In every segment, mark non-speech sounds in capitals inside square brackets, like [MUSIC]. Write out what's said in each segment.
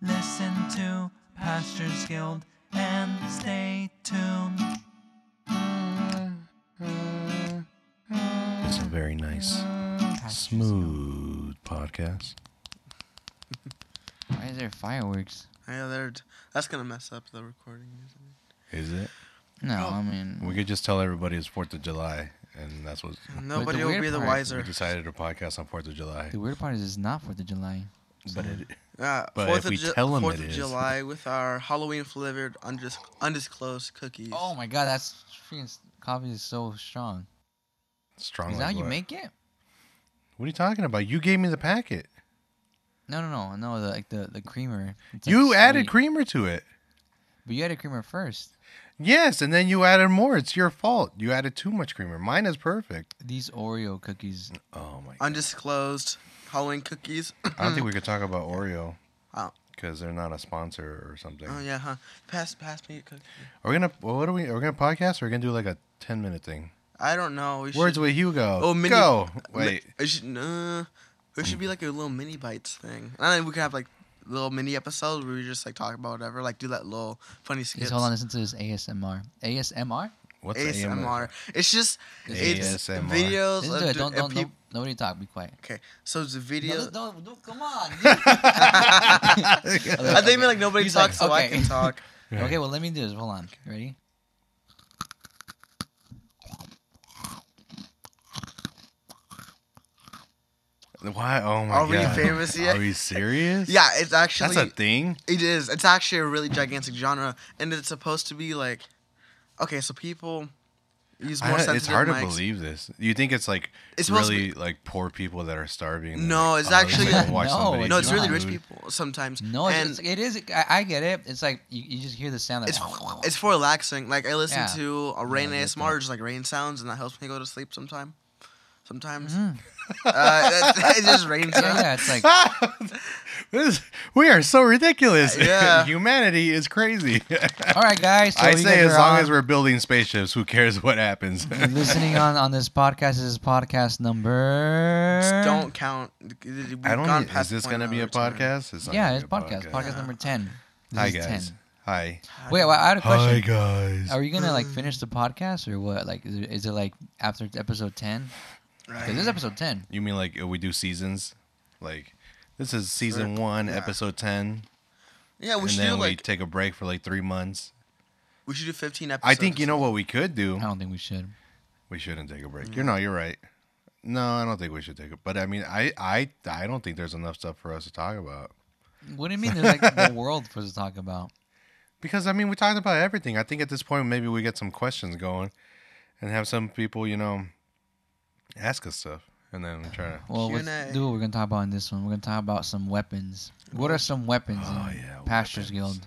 Listen to Pastors Guild and stay tuned. It's a very nice, smooth podcast. Why is there fireworks? Yeah, they're, t- that's gonna mess up the recording. Is Isn't it? No, Oh. I mean We could just tell everybody it's Fourth of July, and that's what it? Nobody will weird be the part- we wiser. decided to podcast on Fourth of July. the weird part is it's not Fourth of July. But it, Yeah, But if Fourth of, we Ju- tell 'em Fourth it of is- July with our Halloween flavored undis- undisclosed cookies. Oh my god, that's freaking s- coffee is so strong. strong. Is that how like you what? make it? What are you talking about? You gave me the packet. No, no, no, no. The like the the creamer. It's, like, you added sweet. creamer to it. but you added creamer first. Yes, and then you added more. It's your fault. You added too much creamer. Mine is perfect. These Oreo cookies. Oh my! God. Undisclosed Halloween cookies. [COUGHS] I don't think we could talk about Oreo Oh. because they're not a sponsor or something. oh yeah, huh? Pass, pass me a cookie. Are we gonna? What are we? Are we gonna podcast or are we gonna do like a ten minute thing? I don't know. We Words should, with Hugo. Oh, mini- go. mi- Wait. it should, nah, it should be like a little mini bites thing. I think we could have like little mini episodes where we just like talk about whatever, like do that little funny skits. Just hold on, listen to this ASMR. ASMR. What's ASMR. AMR? It's just it's ASMR. videos Listen of to it. do- Don't of don't, peop- don't nobody talk. Be quiet. Okay, so it's a No, video. no, no, come [LAUGHS] on. I [LAUGHS] think like nobody He's like, talks, so I okay. can [LAUGHS] talk. [LAUGHS] Okay, well let me do this. Hold on. Ready? Why? Oh my Are we god. famous yet? Are we serious? Yeah, it's actually That's a thing. it is. It's actually a really gigantic genre, and it's supposed to be like, okay, so people use more I- sensitive it's hard mics. to believe this. You think it's like It's supposed to really like poor people that are starving? and No, like, it's "Oh, let's actually- go watch [LAUGHS] No, somebody No, it's do really food." rich [LAUGHS] people sometimes. No, and it's, it's, it is. I, I get it. It's like you, you just hear the sound. Like, [LAUGHS] it's [LAUGHS] it's for relaxing. Like I listen Yeah. to a rain Yeah, I get ASMR, just like rain sounds, and that helps me go to sleep sometime. Sometimes [LAUGHS] uh, it, it just rains. Mm-hmm. yeah, yeah, it's like [LAUGHS] This- we are so ridiculous. Uh, [LAUGHS] Yeah. Humanity is crazy. all right, guys. So I you say guys as are long on- as we're building spaceships, who cares what [LAUGHS] happens? listening on on this podcast. This is podcast number. Just don't count. We've I don't. gone e- past Is this the point gonna of be no a return. podcast? It's not Yeah, gonna it's be a podcast. Podcast number ten. This Hi is guys. 10. Hi. Wait, well, I had a Hi question. guys. Are you gonna like finish the podcast or what? Like, is it, is it like after episode ten? Right. Because this is episode ten. You mean like uh, we do seasons? Like this is season Sure. one, Yeah. episode ten, Yeah, we and should do then we like take a break for like three months. we should do 15 episodes. I think you know what we could do. I don't think we should. We shouldn't take a break. Mm. You're no, you're right. No, I don't think we should take it. But I mean, I, I, I don't think there's enough stuff for us to talk about. What do you mean? There's like the world for us to talk about. Because I mean, we talked about everything. I think at this point, maybe we get some questions going, and have some people, you know, ask us stuff, and then we try to. Well, Q&A. let's do what we're gonna talk about in this one. We're gonna talk about some weapons. What are some weapons Oh, in yeah, Pastors weapons. Guild?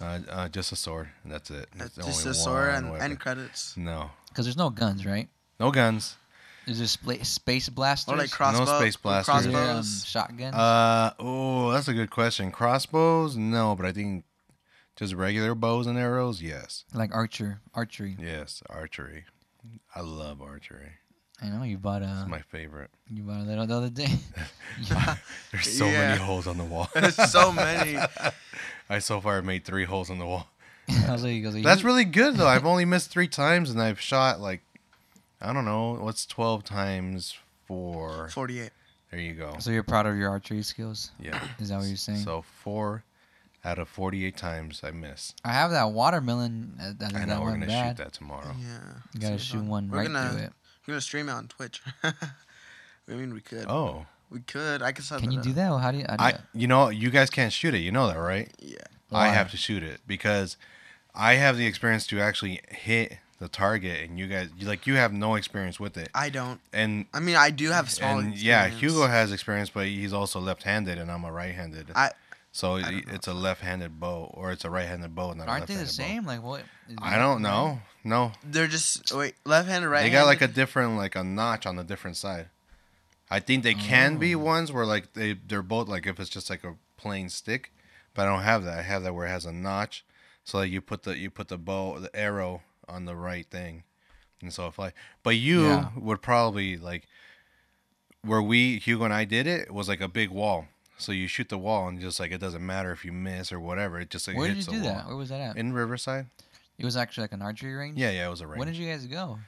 Uh, uh, just a sword. and That's it. That's It's Uh, just only a sword one and weapon. end credits. no, Because there's no guns, right? no guns. Is there spla- space blasters? Or like crossbow, space blasters. Is there, um, crossbows. shotguns. Uh oh, that's a good question. Crossbows? No, but I think just regular bows and arrows. Yes, like archer, archery. yes. Archery. I love archery. I know you bought a It's my favorite. you bought that the [LAUGHS] other day. [LAUGHS] There's so Yeah. many holes on the [LAUGHS] wall. [LAUGHS] There's so many. I so far have made three holes in the wall. I was like, I was like, That's you- really good though. I've only missed three times, and I've shot like I don't know what's twelve times four. 48. There you go. So you're proud of your archery skills? Yeah. Is that what you're saying? So four out of forty-eight times I miss. I have that watermelon. uh, That, I that know we're went gonna bad. shoot that tomorrow. Yeah. You gotta So shoot one we're right gonna, through it. We're gonna stream it on Twitch. [LAUGHS] I mean, we could. Oh. We could. I could set Can you up. do that? Or how do you? How do I you- you know you guys can't shoot it. You know that, right? Yeah. I Why? have to shoot it because I have the experience to actually hit the target, and you guys like you have no experience with it. I don't. And I mean, I do have small. and yeah, experience. Hugo has experience, but he's also left-handed, and I'm a right-handed. I so don't it- know. it's a left-handed bow, or it's a right-handed bow, not Aren't a they the left-handed same? Like what? Bow. I don't know. No, they're just wait left-handed, right? they got like a different like a notch on a different side. I think they can be Oh. ones where like they they're both like if it's just like a plain stick, but I don't have that. I have that where it has a notch, so like you put the you put the bow the arrow on the right thing, and so if I but you Yeah. would probably like where we Hugo and I did it was like a big wall, So you shoot the wall and just like it doesn't matter if you miss or whatever. It just like Where did you hits do the wall. that? Where was that at? In Riverside? it was actually like an archery range. Yeah, yeah, it was a range. When did you guys go?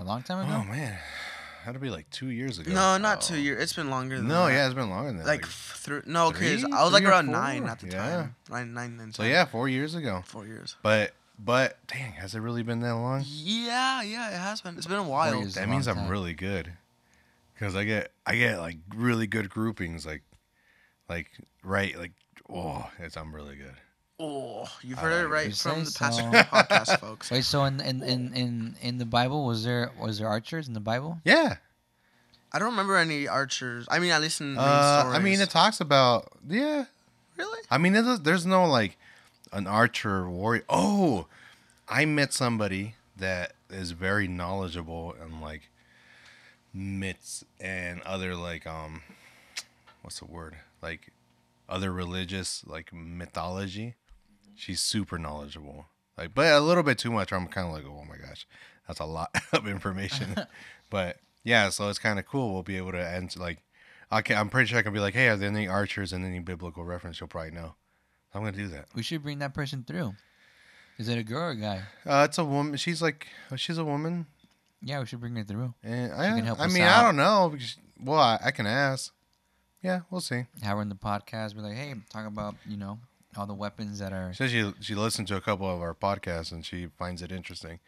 A long time Oh ago. man, that'd be like two years ago. No, not Oh. two years. It's been longer than No, that. yeah, it's been longer than that. Like, three. No, because three- I was like three or around four? nine at the Yeah. time. Nine, nine, nine. so ten. yeah, four years ago. Four years. But but dang, has it really been that long? Yeah, yeah, it has been. It's been a while. years. It's a That means long I'm time. really good, because I get I get like really good groupings like, like right like oh it's I'm really good. Oh, you've Uh, heard it right You from the say Pastor so. podcast, folks. Wait, so in in, oh. in in in the Bible was there was there archers in the Bible? Yeah, I don't remember any archers. I mean, I listen. to uh, stories. I mean it talks about yeah. really. I mean there's there's no like an archer warrior. Oh, I met somebody that is very knowledgeable and like myths and other like um what's the word like other religious like mythology she's super knowledgeable like but a little bit too much i'm kind of like oh my gosh that's a lot [LAUGHS] of information but yeah so it's kind of cool we'll be able to answer like okay i'm pretty sure i can be like hey are there any archers and any biblical reference you'll probably know i'm gonna do that We should bring that person through. Is it a girl or a guy? uh it's a woman she's like oh, she's a woman Yeah, we should bring her through. And I, can help I us mean, out. I don't know. because- Well, I, I can ask. Yeah, we'll see. Have her in the podcast. Be like, hey, talk about you know all the weapons that are. She says she she listened to a couple of our podcasts and she finds it interesting,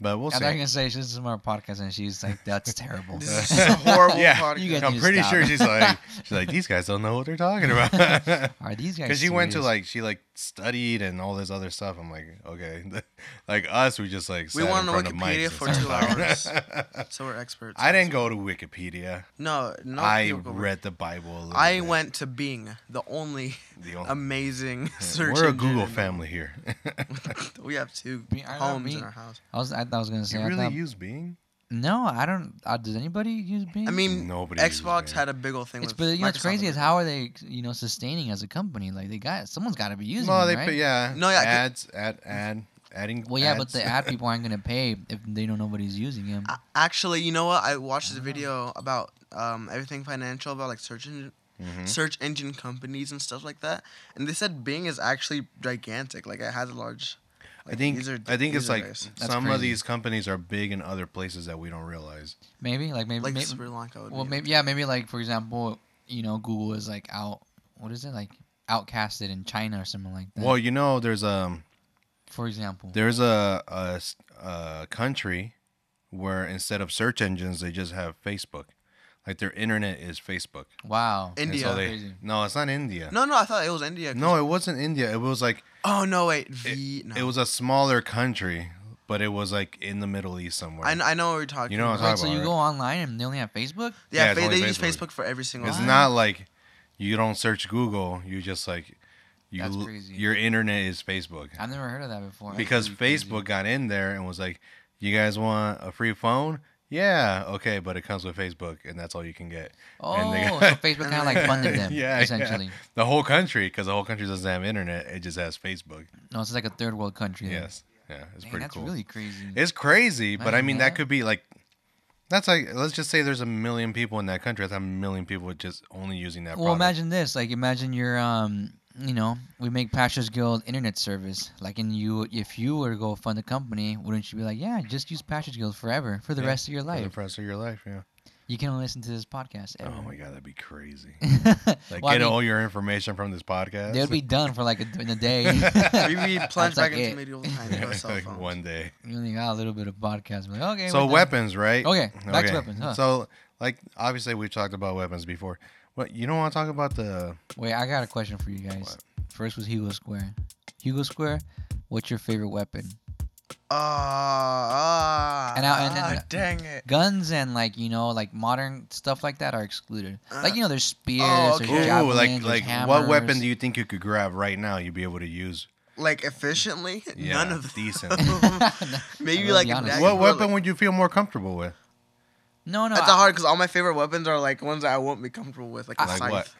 but we'll I'm see. not gonna say she's from our podcast, and she's like, that's [LAUGHS] terrible. [LAUGHS] This is a horrible Yeah. podcast. You guys I'm need to pretty stop. sure [LAUGHS] she's like she's like these guys don't know what they're talking about [LAUGHS] [LAUGHS] because Are these guys? she went to serious? like she like studied and all this other stuff. I'm like okay, [LAUGHS] like us we just like We sat in went on front of Wikipedia mics and for started two talking. [LAUGHS] hours. so we're experts. uh, I didn't go to Wikipedia. No, no. I people go- read the Bible. A little I bit. went to Bing, the only The only- amazing search. We're a engine Google in the family here. [LAUGHS] world. [LAUGHS] We have two Bing- I love homes in Bing. our house. I was I, I was gonna say. you I really thought- use Bing? no, I don't. Uh, does anybody use Bing? I mean, Nobody uses Xbox Bing. had a big old thing. It's, with but you know what's Microsoft crazy and is how are they you know sustaining as a company? Like they got someone's got to be using. No, them, they right? put yeah. No, yeah, I could- ads, ad, ad, adding. Well, yeah, but ads. Ah, the ad people aren't gonna pay if they don't nobody's using him. A- Actually, you know what? I watched this video about um, everything financial about like search engine Mhm. search engine companies and stuff like that, and they said Bing is actually gigantic. Like it has a large. I think user- I think it's user like base. That's some of crazy. these companies are big in other places that we don't realize. Maybe like maybe Like may- Sri Lanka. Would well be. maybe yeah maybe like for example you know Google is like out what is it like outcasted in China or something like that. Well, you know, there's um for example. there's a, a s- a country where instead of search engines, they just have Facebook. Like their internet is Facebook. Wow. In- And India. so they- Crazy. no, it's not India. No, no, I thought it was India. 'cause- No, it wasn't India. It was like Oh no, wait, Vietnam. it was a smaller country, but it was like in the Middle East somewhere. I, kn- I know what you're talking. You know what about. I'm talking Wait, so you about, go online and they only have Facebook? Yeah, Yeah, it's fa- only they use Facebook. Facebook for every single. It's thing. not like you don't search Google. You just like you. That's crazy. Your internet is Facebook I've never heard of that before. That's because pretty crazy. Facebook got in there and was like, "You guys want a free phone? Yeah, okay, but it comes with Facebook, and that's all you can get." Oh, and they [LAUGHS] so got- Facebook kind of like funded them, [LAUGHS] Yeah, yeah. essentially. The whole country, because the whole country doesn't have internet, it just has Facebook. No, it's like a third world country. then. Yes, yeah, it's Man, pretty that's cool. really crazy. It's crazy, but I Imagine mean that. that could be like. That's like let's just say there's a million people in that country. That's a million people just only using that. Well, product. imagine this. Like, imagine you're, um, you know, we make Pastors Guild internet service. Like, and you, if you were to go fund a company, wouldn't you be like, yeah, just use Pastors Guild forever for the Yeah, rest of your for life? the rest of your life. Yeah. you can only listen to this podcast. Oh my ever. god, that'd be crazy. Like [LAUGHS] Well, I get mean, all your information from this podcast. they would [LAUGHS] be [LAUGHS] done for like a, in a day. [LAUGHS] [LAUGHS] We we That's plunged like back into it. [LAUGHS] medieval times. No cell Like, phones. one day. You only got a little bit of podcast. but like, okay. so we're done. weapons, right? Okay, back to weapons, huh. So like obviously we talked about weapons before. But you don't want to talk about the Wait, I got a question for you guys. First was Hugo Square. Hugo Square, what's your favorite weapon? Ah, And I- and- ah, and- dang it. guns and like you know like modern stuff like that are excluded. like you know, there's spears, Uh, oh, okay. there's Ooh, Ooh, javelins, like there's like hammers. what weapon do [LAUGHS] [LAUGHS] you think you could grab right now you'd be able to use? Like efficiently, Yeah, [LAUGHS] none of decent. them. Maybe I'll like be honest. a what I dagger, weapon like- would you feel more comfortable with? No, no, That's a I- hard because all my favorite weapons are like ones that I won't be comfortable with, like a Like scythe. what?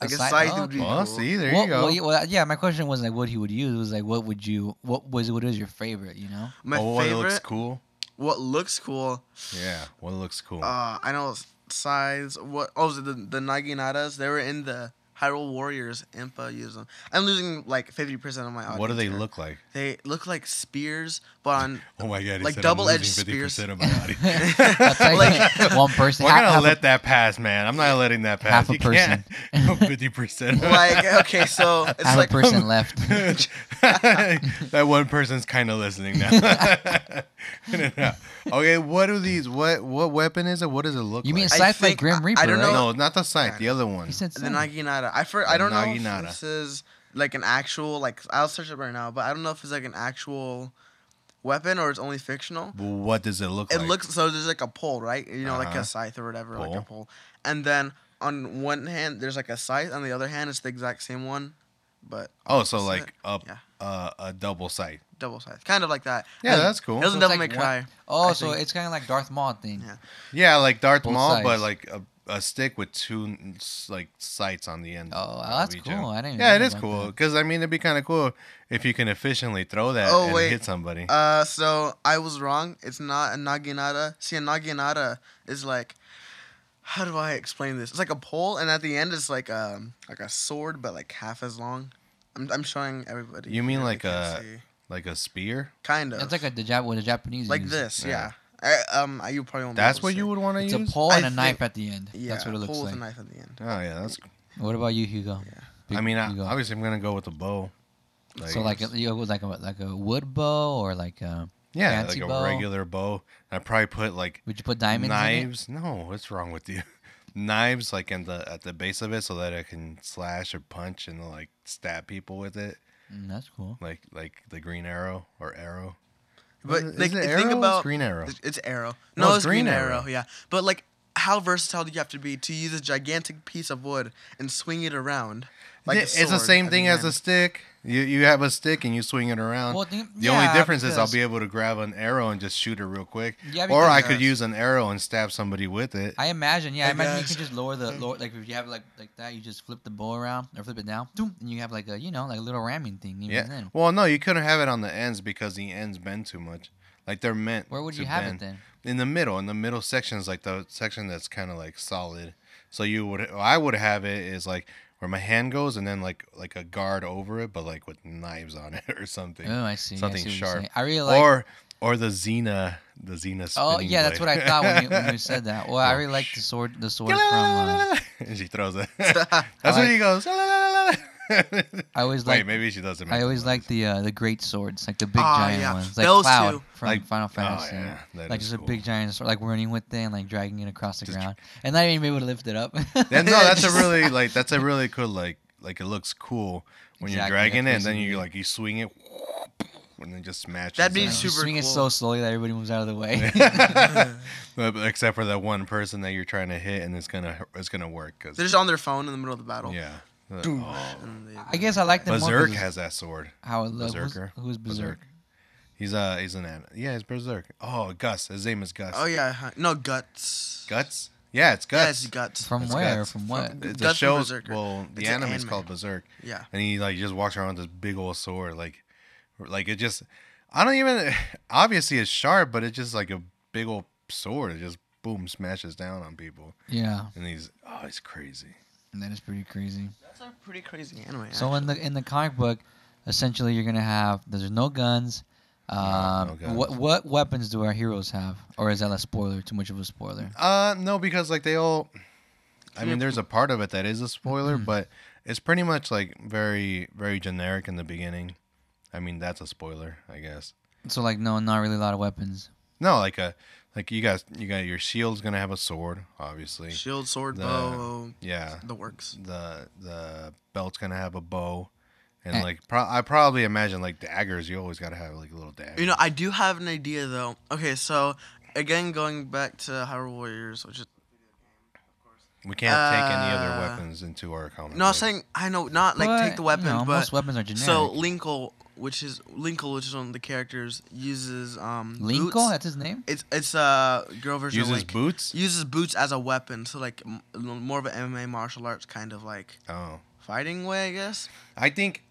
Like A a scythe? scythe, Oh, would be Oh, cool. see, there Well, you go. well, yeah, well, yeah, my question wasn't like what he would use. It was like what would you? What was? What is your favorite? You [LAUGHS] know? My oh, favorite, what looks cool. what looks cool. Yeah, Ah, what looks cool. Uh, I know scythes. What? Oh, the the naginatas. They were in the Hyrule Warriors Impa use them. I'm losing like 50% of my audience. What do they here. look like? They look like spears, but [LAUGHS] on Oh my god! he Like said I'm double-edged losing 50% spears. Of my [LAUGHS] body. That's like [LAUGHS] one person. We're half- gonna half a- let that pass, man. I'm not letting that pass. half a You can't. [LAUGHS] Fifty percent. like okay, so it's half like [LAUGHS] a person left. [LAUGHS] that one person's kind of listening now. [LAUGHS] No, no. okay, what are these? What what weapon is it? What does it look You mean like? I Scythe like think- Grim I- I Reaper? don't right? no, know. not the scythe. The other one. He said the Scythe. Naginata. I for, I don't know Naginata. if this is like an actual like I'll search it right now, but I don't know if it's like an actual weapon or it's only fictional. What does it look It like? looks so there's like a pole, right? You know, like Uh-huh. a scythe or whatever, like Pole. a pole. And then on one hand there's like a scythe, on the other hand it's the exact same one, but Oh, so Isn't like it? a Yeah. uh, a double scythe. double scythe, kind of like that. Yeah, And that's cool. It doesn't So it's Devil like May one- Cry. Oh, I so think. it's kind of like Darth Maul thing. Yeah. Yeah, like Darth Both Maul, but sides. like a, a stick with two n- s- like sights on the end. Oh, of wow, that's each cool. end. I didn't even Yeah, it think is about cool that. because I mean it'd be kind of cool if you can efficiently throw that Oh, and wait. hit somebody. Uh, so I was wrong. It's not a naginata. See, a naginata is like, how do I explain this? It's like a pole, and at the end it's like um like a sword, but like half as long. I'm, I'm showing everybody. You mean here, like they can't a- see. like a spear. kind of It's like a the Jap- what the Japanese like use. this? Yeah. Yeah. I, um, I- you probably won't be able That's to what see. you would want to It's use. a pole I and a think- knife at the end. Yeah, that's what it looks pole like. with a knife at the end. oh yeah, that's. What about you, Hugo? Yeah. I mean, I, Hugo. obviously I'm gonna go with the bow. so like it it was like a like a wood bow or like uh, a, yeah, like fancy a bow. regular bow. I probably put like would you put diamonds in it? knives. No, what's wrong with you? [LAUGHS] knives like in the at the base of it so that I can slash or punch and like stab people with it. Mm, that's cool. like like the green arrow or arrow. But Is it- like, is it think arrow or it's about green arrow. It's, it's arrow. No, No, it's it's, green, green arrow. arrow. Yeah, but like, how versatile do you have to be to use a gigantic piece of wood and swing it around? Like a Th- it's the sword same at thing as a end? stick. You you have a stick and you swing it around. Well, the- the yeah, only difference is I'll because- be able to grab an arrow and just shoot it real quick. Yeah, or I because- could use an arrow and stab somebody with it. I imagine, yeah, I I imagine you guess. can just lower the lower like if you have like like that, you just flip the bow around or flip it down, doom, and you have like a you know like a little ramming thing. Even yeah. then, Well, no, you couldn't have it on the ends because the ends bend too much. Like they're meant. where would to you have bend. it then? In the middle. In the middle section is like the section that's kind of like solid. So you would I would have it is like where my hand goes and then like like a guard over it, but like with knives on [LAUGHS] it or something. Oh, I see. I something see what you're sharp. saying. I really like. or or the Xena, the Xena. oh spinning yeah, that's what blade. I thought when [LAUGHS] you, when you said that. Well, I Oh, really like sh- the sword. [LAUGHS] The sword from. Uh, and she throws it. [LAUGHS] that's [LAUGHS] I what like- he goes. [LAUGHS] I always Wait, like. maybe she doesn't. I make always that like the uh, the great swords, like the big Ah, giant yeah. ones, like Those Cloud two. from Like- oh, Final Fantasy. yeah, that like is just a cool. big giant sword, like running with it and like dragging it across the Just- ground, and not even able to lift it up. [LAUGHS] noise. Then, no, that's a really like that's a really cool like like it looks cool when Exactly, you're dragging that's it, and then basically you it. like you swing it, [LAUGHS] and then just smash. That'd be Like, super you swing it cool. so slowly that everybody moves out of the way. [LAUGHS] Except for that one person that you're trying to hit, and it's gonna it's gonna work They're because just on their phone in the middle of the battle. yeah. Oh. And they- [LAUGHS] I guess I like them more 'cause Berserk it's has that sword. how it looks. Berserker. Who's, who's Berserk? He's uh he's an an yeah he's berserk. Oh Gus, his name is Gus. Oh yeah. huh. No guts. Guts. Yeah, it's Yeah, it's Guts. guts. From It's where? Guts. From what? From- It's Guts a show. Berserker. Well, the It's an anime is anime. called Berserk, yeah. and he like just walks around with this big old sword, like like it just I don't even [LAUGHS] obviously it's sharp, but it's just like a big old sword. It just boom smashes down on people, Yeah, and he's oh he's crazy. that is pretty crazy. That's a pretty crazy anime. So in the in the comic book, essentially you're gonna have there's no guns. Um, no guns. What what weapons do our heroes have, or is that a spoiler? Too much of a spoiler. Uh, no, because like they all. I Yeah. mean, there's a part of it that is a spoiler, Mm-hmm. but it's pretty much like very, very generic in the beginning. I mean, that's a spoiler, I guess. So like no, not really a lot of weapons. No, like a, like you guys, you got your shield's gonna have a sword, obviously. actually. shield, sword, The- bow, Yeah. the works. The the belt's gonna have a bow, and Eh. like pro- I probably imagine like daggers. You always gotta have like a little dagger. You know, I do have an idea though. Okay, so again, going back to Hyrule Warriors, which is we can't take any other uh, weapons into our comic. no, I'm book. saying I know not like But, take the weapon, You know, but most weapons are generic. So Linkle, which is Linkle, which is one of the characters, uses um Linkle, boots. that's his name. It's it's a uh, girl version uses of Link. boots. uses boots as a weapon, so like m- more of an MMA martial arts kind of like Oh. fighting way, I guess. I think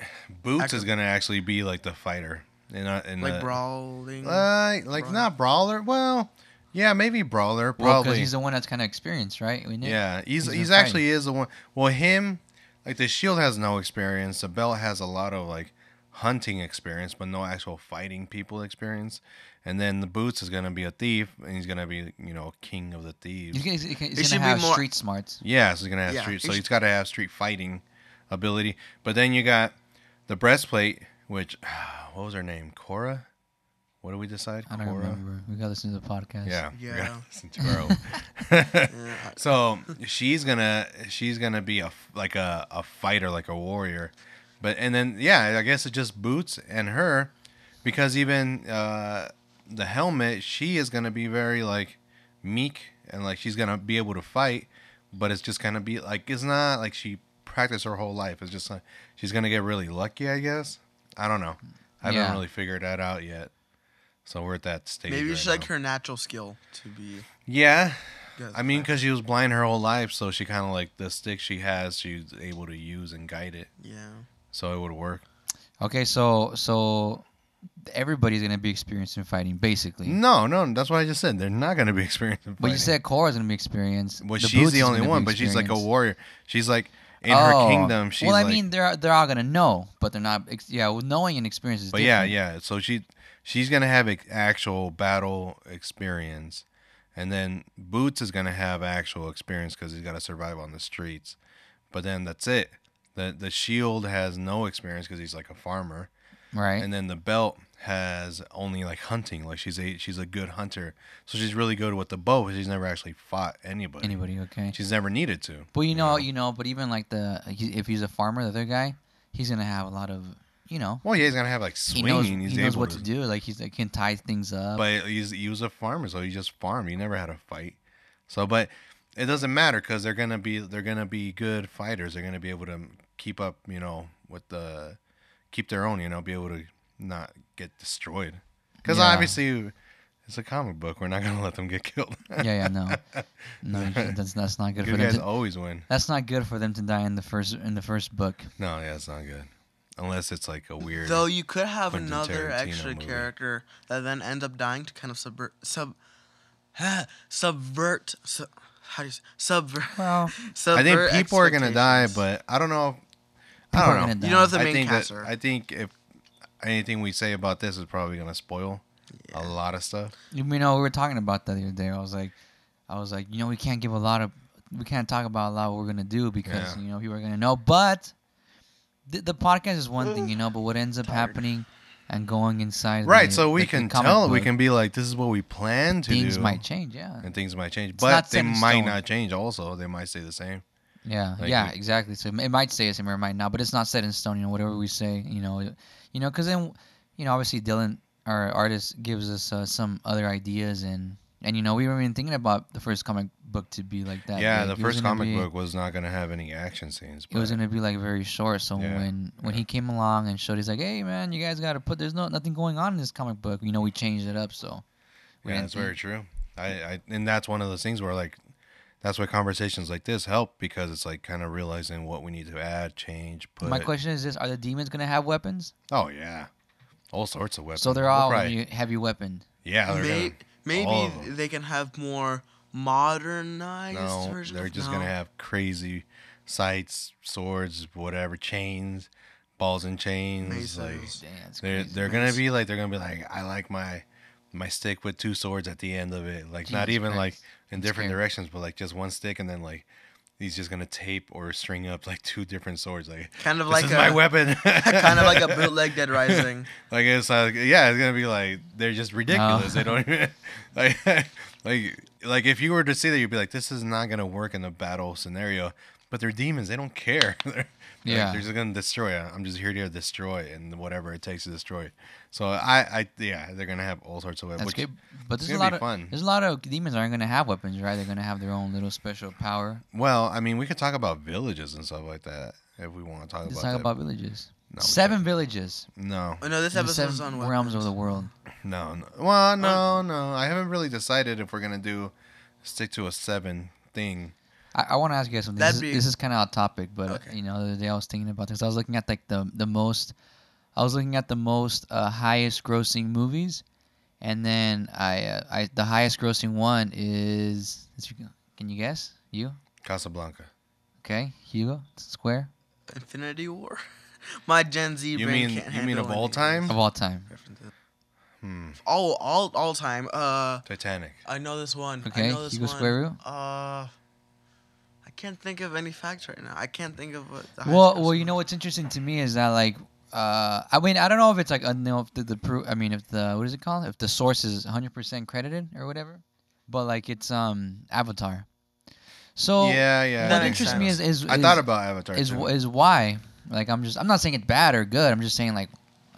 Boots Acro- is gonna actually be like the fighter in a, in Like a- brawling. Uh, like Brawler. not brawler. Well, yeah, maybe brawler. Well, Probably. because he's the one that's kind of experienced, right? We know. yeah, he's he's he's, in fighting. actually is the one. Well, him. Like the shield has no experience. The belt has a lot of like hunting experience, but no actual fighting people experience. And then the boots is gonna be a thief, and he's gonna be you know king of the thieves. He's gonna, he's gonna- he's should gonna be have more- street smarts. Yeah, so he's gonna have Yeah, street. he So sh- he's got to have street fighting ability. But then you got the breastplate, which [SIGHS] what was her name? Cora. What did we decide? I don't Cora. remember. We gotta listen to the podcast. Yeah. we gotta Yeah. listen to [LAUGHS] her. [LAUGHS] so she's gonna she's gonna be a f- like a, a fighter, like a warrior. But and then yeah, I guess it just boots and her, because even uh, the helmet, she is gonna be very like meek and like she's gonna be able to fight, but it's just gonna be like it's not like she practiced her whole life. It's just like she's gonna get really lucky, I guess. I don't know. I Yeah. haven't really figured that out yet. So we're at that stage. Maybe right it's like now. her natural skill to be. Yeah, good I at mean, that. because she was blind her whole life, so she kind of like the stick she has, she's able to use and guide it, yeah, so it would work. Okay, so so everybody's gonna be experienced in fighting, basically. No, no, that's what I just said. They're not going to be [LAUGHS] experiencing. But you fighting. said Cora's gonna be experienced. well, the she's Boots the is only gonna be one, but she's like a experienced. warrior. She's like in Oh. her kingdom. She's well, I like, mean, they're they're all gonna know, but they're not. Ex- yeah, well, knowing and experience is. but yeah, different. yeah. So she she's gonna have ex- actual battle experience, and then Boots is gonna have actual experience because he's got to survive on the streets. But then that's it. The the shield has no experience because he's like a farmer. Right. and then the belt has only like hunting like she's a she's a good hunter so she's really good with the bow but she's never actually fought anybody Anybody? Okay. she's never needed to But you know, you know, but even like the he- if he's a farmer, the other guy, he's gonna have a lot of you know. well yeah he's gonna have like He swinging knows, he's he knows able what to, to do. Like he's like can tie things up. but he's he was a farmer so he just farmed he never had a fight so but it doesn't matter because they're gonna be they're gonna be good fighters they're gonna be able to keep up you know with the keep their own you know be able to not get destroyed because Yeah. obviously it's a comic book we're not gonna let them get [LAUGHS] killed yeah, [LAUGHS] yeah, no, no, you can't- that's that's not good, Good for them. guys To, always win. that's not good for them to die in the first in the first book. No, yeah, it's not good. Unless it's like a weird. Though you could have Quentin another Tarantino extra movie. character that then ends up dying to kind of subvert sub [SIGHS] subvert su- how do you s- subvert [LAUGHS] Well, I subvert think people are gonna die, expectations. but I don't know. People I are don't know. gonna you know die. what the I main think that cast are. I think if anything we say about this is probably gonna spoil a lot of stuff. you know, we were talking about that the other day. I was like, I was like, you know, we can't give a lot of, we can't talk about a lot of what we're gonna do because Yeah. you know people are gonna know. But the, the podcast is one thing, you know, but what ends up happening and going inside. Right, the- so we the- the can comic tell. We book, can be like, this is what we plan to things do. might change. Yeah, and things might change, not but they set in might stone. not change. Also, they might stay the same. Yeah, Like, yeah, it- exactly. So it might stay the same or it might not, but it's not set in stone. You know, whatever we say, you know, it- you know, because then, you know, obviously Dylan, our artist, gives us uh, some other ideas and and you know we weren't even thinking about the first comic book to be like that. yeah, Like, the it was first gonna comic be- book was not gonna have any action scenes. It was but- gonna be like very short. So Yeah, when when he came along and showed, he's like, "Hey man, you guys gotta put. There's no nothing going on in this comic book. You know, we changed it up. So we Yeah, that's didn't very true. I, I and that's one of those things where like that's why conversations like this help because it's like kind of realizing what we need to add, change, put. My question is this: Are the demons gonna have weapons? Oh yeah, all sorts of weapons. So they're We'll all probably- gonna be heavy weapon. yeah. They're May- all of maybe them. they can have more modernized gonna, no, versions they're of- just no. gonna have crazy sights, swords, whatever, chains, balls and chains. Maces. Like Damn, that's they're crazy. they're gonna be like they're gonna be like I like my my stick with two swords at the end of it. Like not Jesus even like Christ. in That's different scary. directions, but like just one stick, and then like he's just gonna tape or string up like two different swords. Like Kind of this like is a- my weapon. [LAUGHS] kind [LAUGHS] of like a bootleg Dead Rising. like it's like yeah, it's gonna be like they're just ridiculous. They don't [LAUGHS] even like [LAUGHS] like like if you were to see that, you'd be like, this is not gonna work in a battle scenario. But they're demons; they don't care. [LAUGHS] They're- like, Yeah. they're just gonna destroy. it. I'm just here to destroy it and whatever it takes to destroy. it. So I, I yeah, they're gonna have all sorts of That's weapons. good. But there's a gonna lot be of fun. there's a lot of demons aren't gonna have weapons, right? They're gonna have their own little special power. Well, I mean, we could talk about villages and stuff like that if we want to talk Let's about talk that. about villages. No, we seven villages. no, Oh no, in this the episode's seven on realms of weapons. the world. no, no. Well, no, no. I haven't really decided if we're gonna do stick to a seven thing. I, I want to ask you guys something. That'd This is, be- this is kind of off topic, but Okay. you know, the other day I was thinking about this. I was looking at like the the most, I was looking at the most uh, highest grossing movies, and then I uh, I the highest grossing one is. is- Can you guess? You Casablanca. okay? Hugo Square. Infinity War. [LAUGHS] My Gen Z You brain mean can't you mean handle of all any time? of all time. references. Hmm. Oh, all all time. Uh, Titanic. I know this one. I Okay, know this you go one. square root. Uh, I can't think of any facts right now. I can't think of what. The high Well, school well, you score- know what's interesting to me is that like, uh, I mean, I don't know if it's like, I know if the, the pro- I mean, if the what is it called? If the source is 100% credited or whatever, but like it's um Avatar. So yeah, yeah. what that makes interests me sense. is is, is, I thought about Avatar. is, too. wh- is why. Like I'm just I'm not saying it's bad or good. I'm just saying like,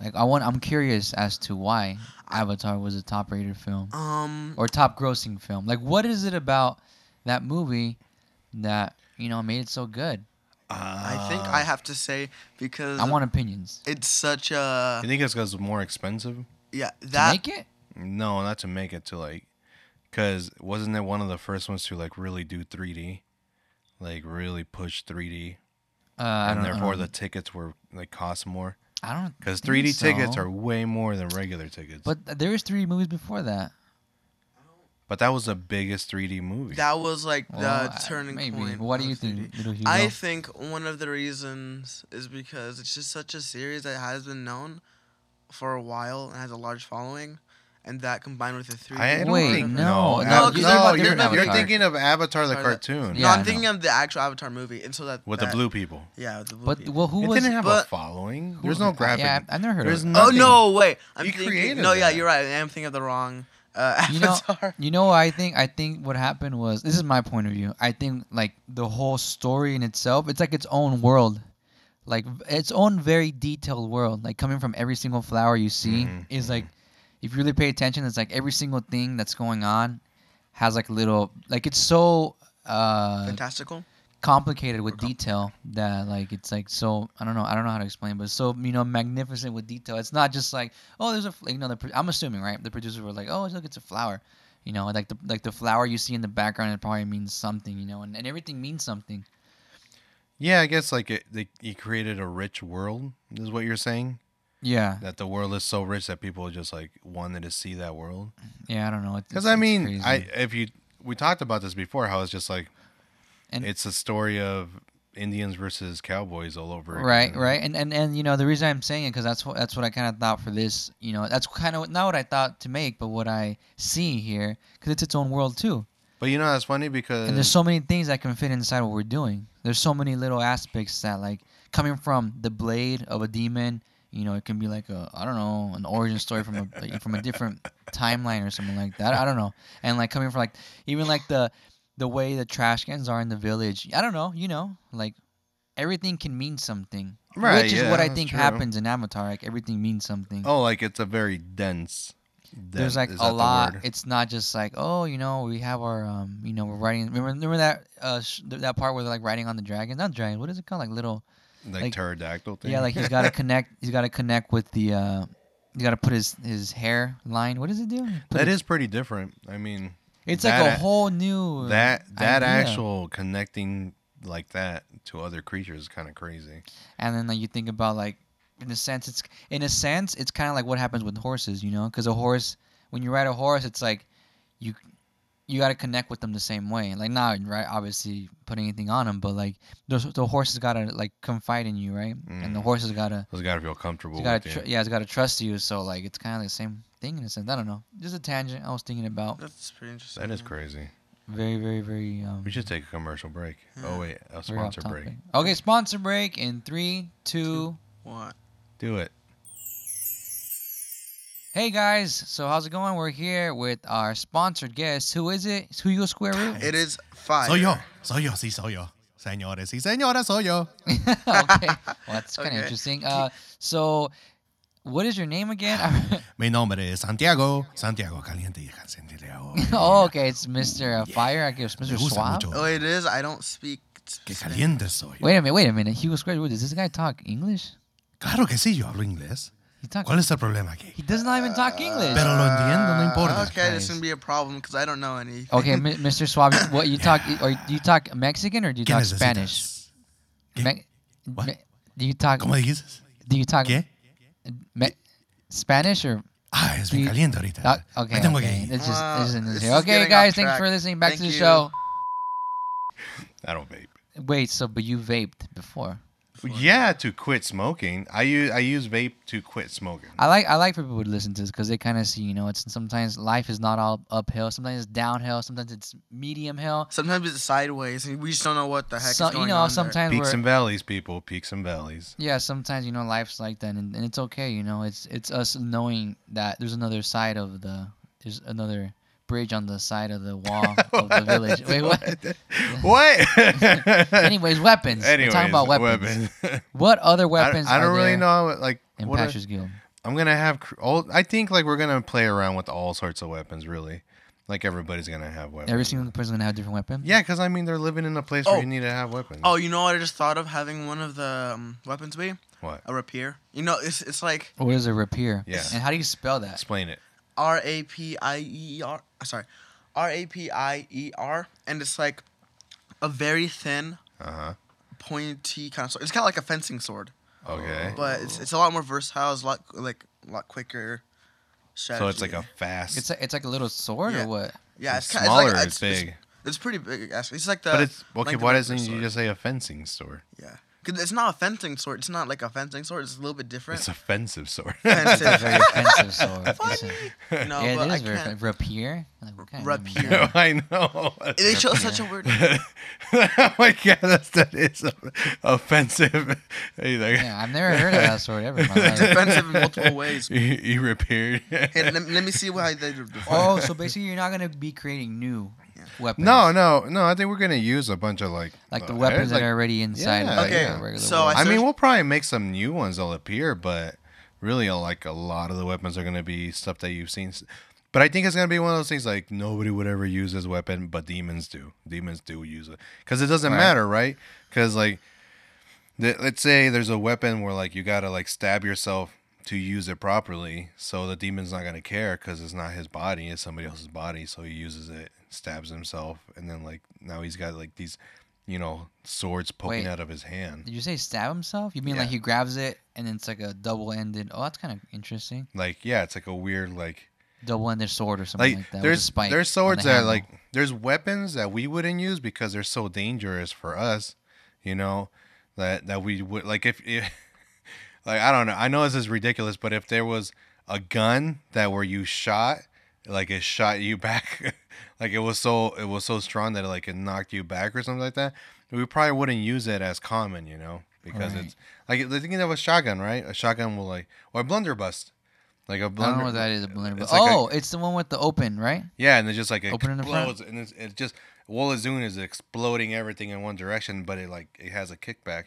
like I want I'm curious as to why Avatar was a top rated film Um, or top grossing film. Like what is it about that movie that you know made it so good? Ah. I think I have to say because Uh, I want opinions. it's such a You think it's because it's more expensive? yeah To that make it. No, not to make it to like, cause wasn't it one of the first ones to like really do 3D, like really push 3D, Uh, I and don't, I therefore don't- the tickets were like cost more. I don't Cause think 3D tickets so. are way more than regular tickets. But, But th- there was three movies before that. that was the biggest 3D movie. that was like Well, I- the turning maybe. point. What do you of 3D. think, Little Hugo? I think one of the reasons is because it's just such a series that has been known for a while and has a large following, and that combined with the three. I don't Wait, remember- no, no, no, you're thinking no, about you're, different you're Avatar. thinking of Avatar the Sorry, that- cartoon no, Yeah, I I'm thinking of the actual Avatar movie, and so that with that- the blue people. Yeah, with the blue. but people. well, who it was? didn't have a but- following. who- There's no graphic. Yeah, I- I've never heard There's of it. no- oh nothing. no, wait. I'm You thinking. created No, yeah, that. you're right. I am thinking of the wrong uh, [LAUGHS] [LAUGHS] You know, Avatar. you know, what I think I think what happened was this is my point of view. I think like the whole story in itself, it's like its own world, like v- its own very detailed world. Like coming from every single flower you see Mhm, is like, if you really pay attention, it's like every single thing that's going on has like little like it's so uh Fantastical. complicated with Or com- detail that like it's like so I don't know I don't know how to explain but it's so you know magnificent with detail it's not just like oh there's a f- like, you know the pro- I'm assuming right the producers were like oh look it's a flower you know like the like the flower you see in the background it probably means something you know and, and everything means something Yeah, I guess like it, they, you created a rich world is what you're saying. yeah That the world is so rich that people just like wanted to see that world. yeah I don't know It's- Because it's- I it's mean, crazy. I if you we talked about this before, how it's just like And- it's a story of Indians versus cowboys all over. again. right right and, and and you know the reason i'm saying it because that's what that's what i kind of thought for this you know that's kind of not what i thought to make but what i see here because it's its own world too But you know that's funny because and there's so many things that can fit inside what we're doing there's so many little aspects that like coming from the blade of a demon you know it can be like a i don't know an origin story from a [LAUGHS] like, from a different timeline or something like that i don't know and like coming from like even like the the way the trash cans are in the village i don't know you know like everything can mean something Right, which is yeah, what i that's think true. happens in avatar like everything means something oh, like it's a very dense. dense- there's like is that a the lot. word? It's not just like oh, you know, we have our um, you know, we're riding. Remember, remember that uh, sh- th- that part where they're like riding on the dragon, not dragon. What is it called? Like little. like, like- pterodactyl thing. Yeah, like [LAUGHS] he's got to connect. He's got to connect with the. uh You got to put his his hair line. What does it do? Put that it- is pretty different. I mean, It's like that- a whole new that that idea. actual connecting like that to other creatures is kind of crazy. And then like you think about like in a sense it's in a sense it's kind of like what happens with horses, you know? Because a horse, when you ride a horse, it's like you you got to connect with them the same way. Like not right, obviously put anything on them, but like the the horse has got to like confide in you, right? And the Mm. horse has got to It's got to feel comfortable it's got with to tr- you. yeah, it's got to trust you. So like it's kind of the same thing in a sense. I don't know. Just a tangent I was thinking about. That's pretty interesting. That is yeah. crazy. Very very very. Um, We should take a commercial break. Yeah. Oh wait, a very off sponsor break. topic. Okay, sponsor break in three, two. What? Do it. Hey guys, so how's it going? We're here with our sponsored guest. Who is it? It's Hugo Square Root. It is five. Soy yo, soy yo, sí, soy yo. Señores y señoras, soy yo. [LAUGHS] okay, well, that's kind of Okay. interesting. Uh, so, what is your name again? [LAUGHS] [LAUGHS] Mi nombre es Santiago. Santiago Caliente y Caliente ahora. oh, okay, it's Mr. Fire. I guess Me Mr. gusta Swab. mucho. Oh, it is. I don't speak. Qué Spanish. caliente soy. Wait a minute, wait a minute. Hugo Square Root. Does this guy talk English? Claro que sí, yo hablo inglés. He talks. ¿Cuál es el problema aquí? He does not even talk English. Pero lo entiendo, no importa. Uh, Okay, Nice. this is gonna be a problem because I don't know any. Okay, mi- Mr. Swab, you- what you talk? Or do you talk Mexican or do you ¿Qué talk Spanish? necesitas? ¿Qué? Me- What? me- do you talk? ¿Cómo dices? Do you talk ¿Qué? me- Spanish or Ah, es bien Sí. caliente ahorita. Uh, okay. Me tengo okay. que ir. It's just, it's Wow, just Ah, this interesting. is okay, getting off guys. Thanks track. for listening. Back to Thank the you. show. I don't vape. Wait, so but you vaped before? Yeah, to quit smoking. I use I use vape to quit smoking. I like I like for people to listen to this because they kind of see you know it's sometimes life is not all uphill sometimes it's downhill sometimes it's medium hill Sometimes it's sideways, and we just don't know what the heck so is going you know on. sometimes Peaks we're, and valleys, people. Peaks and valleys. yeah sometimes you know life's like that and, and it's okay you know it's it's us knowing that there's another side of the there's another bridge on the side [LAUGHS] of the wall of the village wait what What? [LAUGHS] [LAUGHS] anyways weapons we're talking about weapons weapons. what [LAUGHS] I, other [LAUGHS] weapons I don't are really there know. Like, in what are, Patches Guild I'm gonna have cr- all. I think like we're gonna play around with all sorts of weapons. Really, like everybody's gonna have weapons. every single person's gonna have a different weapon Yeah, because I mean they're living in a place where Oh. you need to have weapons. Oh, you know what I just thought of having one of the um, weapons be what? a rapier. You know, it's it's like what is a rapier Yeah. and how do you spell that Explain it. R A P I E E R. Sorry, R A P I E R, and it's like a very thin, Uh pointy kind of sword. It's kind of like a fencing sword, huh. Okay. but it's it's a lot more versatile. It's a lot like a lot quicker. Strategy. so it's like a fast. It's a, it's like a little sword Yeah. [LAUGHS] or what? yeah, it's, it's kinda- smaller. It's, like, It's, it's- it's- big. It's pretty big, actually. It's like the. but it's like okay. the why regular doesn't you sword. just say a fencing store? Yeah. 'Cause it's not a fencing sword. It's not like a fencing sword. It's a little bit different. It's offensive [LAUGHS] [LAUGHS] sword. [LAUGHS] Offensive. Very offensive sword. [LAUGHS] It's a- Oh, no, yeah, but it I is very can't. offensive. Rapier. Like, what kind of name is Rapier. [LAUGHS] that? I know. They chose such a weird. [LAUGHS] oh my god, that's, that is offensive. [LAUGHS] Hey, like- Yeah, I've never heard of that sword ever. in [LAUGHS] my life. Defensive in multiple ways. You, you repaired. [LAUGHS] Hey, let, let me see why they. Oh, so basically you're not gonna be creating new weapons. no, no, no. I think we're gonna use a bunch of like Like the uh, weapons like- that are already inside. Yeah, of like, Okay, the regular so world. I mean, searched- we'll probably make some new ones that'll appear, but really, uh, like a lot of the weapons are gonna be stuff that you've seen. s- But I think it's gonna be one of those things like nobody would ever use this weapon, but demons do. Demons do use it because it doesn't Right. matter, right? Because like, th- let's say there's a weapon where like you gotta like stab yourself to use it properly, so the demon's not gonna care because it's not his body, it's somebody else's body, so he uses it, stabs himself, and then like now he's got like these, you know, swords poking Wait. out of his hand. Did you say stab himself? You mean like Yeah. he grabs it and it's like a double-ended? Oh, that's kind of interesting. like yeah, it's like a weird like Double-ended sword or something like, like, that. with a there's spike there's on the swords that handle. like there's weapons that we wouldn't use because they're so dangerous for us, you know, that that we would like if, if [LAUGHS] like I don't know, I know this is ridiculous, but if there was a gun that where you shot, like it shot you [LAUGHS] back, like it was so it was so strong that it like it knocked you back or something like that, we probably wouldn't use it as common, you know, because Right. it's like the thing of a shotgun, right? A shotgun will like or a blunderbuss. Like a I blunder, don't know what that is. A blender. it's but- like a- oh, it's the one with the open, right? yeah, and it's just like it Open in the front? explodes, and it's, it just Wallazoon is exploding everything in one direction, but it like it has a kickback,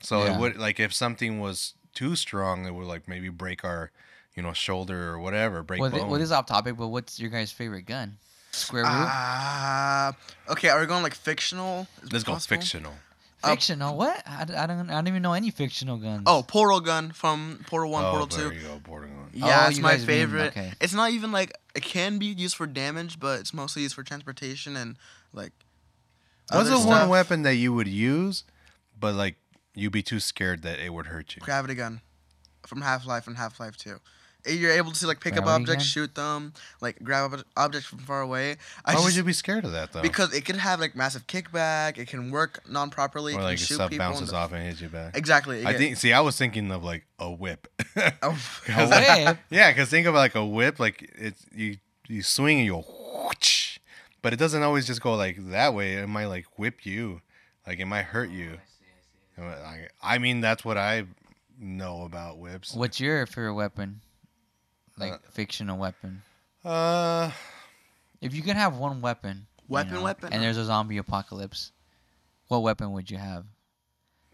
so Yeah. it would like if something was too strong, it would like maybe break our, you know, shoulder or whatever, break Well, th- bone. well, this is off topic, but what's your guys' favorite gun? Square root. Ah, okay. Are we going like fictional? Is Let's go possible? fictional. Uh, Fictional? what? I, d- I don't. I don't even know any fictional guns. [LAUGHS] Oh, Portal Gun from Portal One, oh, Portal there Two. you go, Portal One. Yeah, Oh, it's you my guys mean- favorite. okay. It's not even like it can be used for damage, but it's mostly used for transportation and like. What's other the one stuff. weapon that you would use, but like you'd be too scared that it would hurt you? gravity gun from Half Life and Half Life Two. Eh, You're able to like pick up Gravity objects, gun? shoot them, like grab ob- objects from far away. I Why just, would you be scared of that though? because it could have like massive kickback. It can work non properly. or like shoot stuff people in bounces the- off and hits you back. Exactly. I yeah. think. See, I was thinking of like a whip. [LAUGHS] Oh, A whip? Yeah, because think of like a whip, like it's you you swing and you go, whoosh, but it doesn't always just go like that way. It might like whip you, like it might hurt you. Oh, I I mean, that's what I know about whips. What's your favorite weapon? Like Uh, fictional weapon. Uh, If you could have one weapon. you Weapon, know, weapon? And there's a zombie apocalypse. What weapon would you have?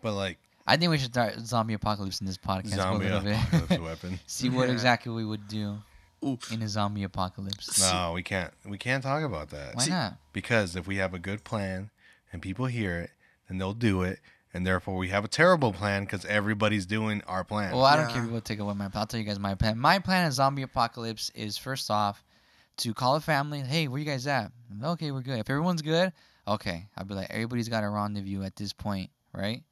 but like I think we should start zombie apocalypse in this podcast zombie a little bit. [LAUGHS] apocalypse weapon. See what Yeah. exactly we would do Ooh. in a zombie apocalypse. No, we can't. We can't talk about that Why not? because if we have a good plan and people hear it, then they'll do it, and therefore we have a terrible plan because everybody's doing our plan. Well, I don't care Yeah. if people take away my plan. I'll tell you guys my plan. My plan in zombie apocalypse is first off to call a family. Hey, where you guys at? Okay, we're good. If everyone's good, okay. I'll be like, everybody's got a rendezvous at this point, right?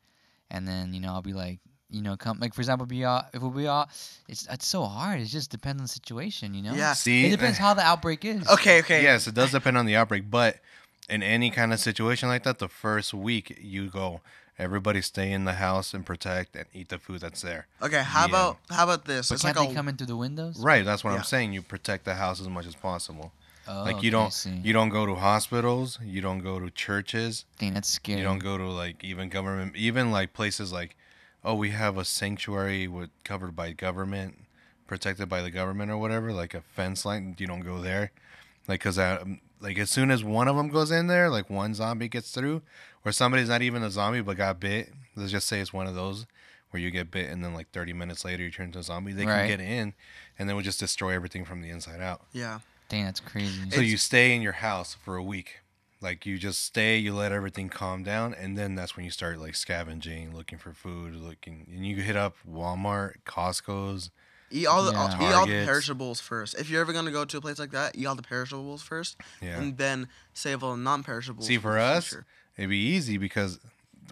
And then you know, I'll be like, you know, come like for example, be all if we be all. It's it's so hard. It just depends on the situation, you know. Yeah. See, It depends how the outbreak is. [LAUGHS] Okay. Okay. Yes, [LAUGHS] it does depend on the outbreak, but in any kind of situation like that, the first week you go, Everybody stay in the house and protect and eat the food that's there. Okay, how Yeah. about how about this? But it's can't like they a come in through the windows? Right, that's what Yeah. I'm saying. You protect the house as much as possible. Oh, like you okay, I don't see. you don't go to hospitals, you don't go to churches, Dang, that's scary. you don't go to like even government even like places like oh, we have a sanctuary with covered by government, protected by the government or whatever, like a fence line, you don't go there. Like cuz like as soon as one of them goes in there, like one zombie gets through or somebody's not even a zombie but got bit, let's just say it's one of those where you get bit and then like 30 minutes later you turn into a zombie, they Right. can get in and then we just destroy everything from the inside out. yeah. Dang, that's crazy. So you stay in your house for a week. Like you just stay, you let everything calm down, and then that's when you start like scavenging, looking for food, looking, and you hit up Walmart, Costco's. Eat all the all, Yeah. eat all the Targets. perishables first. If you're ever gonna go to a place like that, eat all the perishables first, Yeah. and then save all the non-perishables. See, for the us, future. it'd be easy because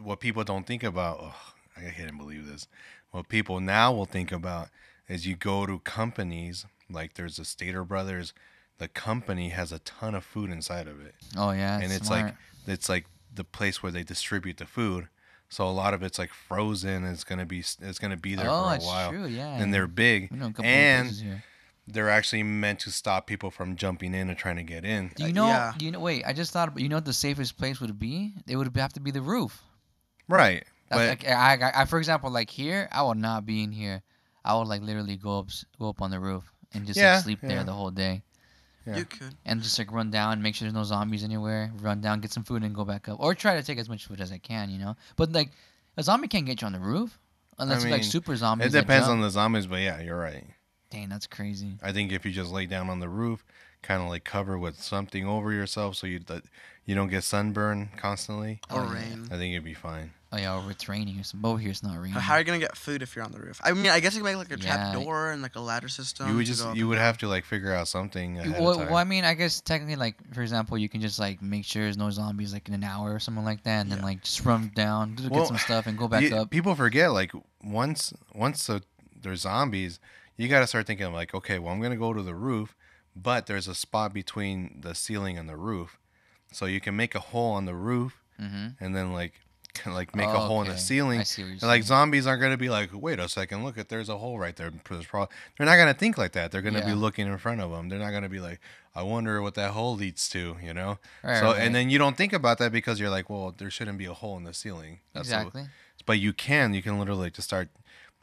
what people don't think about, oh, I can't believe this. What people now will think about is you go to companies like there's a Stater Brothers. The company has a ton of food inside of it. oh yeah, and it's smart. like it's like the place where they distribute the food. So a lot of it's like frozen. and It's gonna be it's gonna be there oh, for a that's while, true. Yeah, and they're big, we know a couple of places and here. they're actually meant to stop people from jumping in and trying to get in. Do you know? yeah. Do you know? Wait, I just thought. about- You know what the safest place would be? It would have to be the roof. Right, That's but like, I, I, I, for example, like here, I would not be in here. I would like literally go up, s- go up on the roof and just Yeah, like, sleep yeah. there the whole day, yeah. you could. and just like run down, make sure there's no zombies anywhere. Run down, get some food, and go back up, or try to take as much food as I can. You know, but like a zombie can't get you on the roof unless it's like mean, super zombies. it that depends jump. on the zombies. But yeah, you're right. Dang, that's crazy. I think if you just lay down on the roof, kind of like cover with something over yourself so you that you don't get sunburn constantly, Oh, Or yeah. rain. I think you'd be fine. Oh yeah, or it's raining or something. Over here, it's not raining. But Mm-hmm. how are you gonna get food if you're on the roof? I mean, I guess you can make like a Yeah. trap door and like a ladder system. you would to go just up you and would down. have to like figure out something ahead well, of time. well, I mean, I guess technically, like for example, you can just like make sure there's no zombies like in an hour or something like that, and then Yeah. like just run down, do- get Well, some stuff, and go back You- up. People forget like once once the, they're zombies, you got to start thinking like, okay, well I'm gonna go to the roof, but there's a spot between the ceiling and the roof, so you can make a hole on the roof Mm-hmm. and then like [LAUGHS] like make a hole in the ceiling. I see what you're And, like saying. zombies aren't gonna be like, wait a second, look at there's a hole right there. There's prob- They're not gonna think like that. They're gonna Yeah. be looking in front of them. They're not gonna be like, I wonder what that hole leads to, you know. Right, so right, right. and then you don't think about that because you're like, well, there shouldn't be a hole in the ceiling. a- exactly. but you can, you can literally just start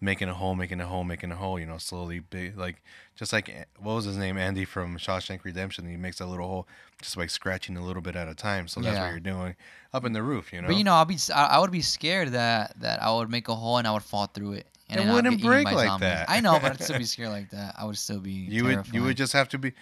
making a hole, making a hole, making a hole, you know, slowly big like just like eh, what was his name? Andy from Shawshank Redemption. He makes a little hole just like scratching a little bit at a time. So that's Yeah. what you're doing. Up in the roof, you know. But you know, I'll be s- I, I would be scared that that I would make a hole and I would fall through it. And It then I'd wouldn't get eaten break by like zombies. that. I know, but I'd [LAUGHS] still be scared like that. I would still be. you would you would just have to be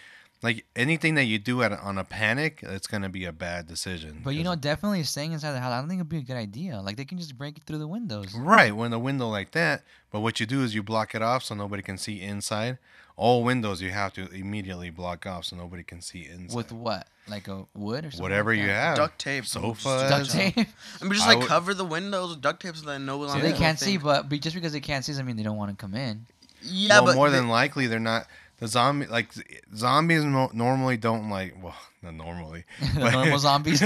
like anything that you do at, on a panic, it's gonna be a bad decision. But you know, 'cause- definitely staying inside the house. I don't think it'd be a good idea. Like they can just break it through the windows. Right, when the window like that, but what you do is you block it off so nobody can see inside. All windows you have to immediately block off so nobody can see inside. With what? Like a wood or something. whatever like you that? [LAUGHS] have. Duct tape. sofa, [LAUGHS] Duct tape. I mean, just I like would- cover the windows with duct tape so that no one. So So on they the can't thing- see, but be, just because they can't see doesn't mean they don't want to come in. [LAUGHS] Yeah, well, but more they- than likely they're not the zombie like z- zombies mo- normally don't like well [LAUGHS] not normally the but- normal zombies.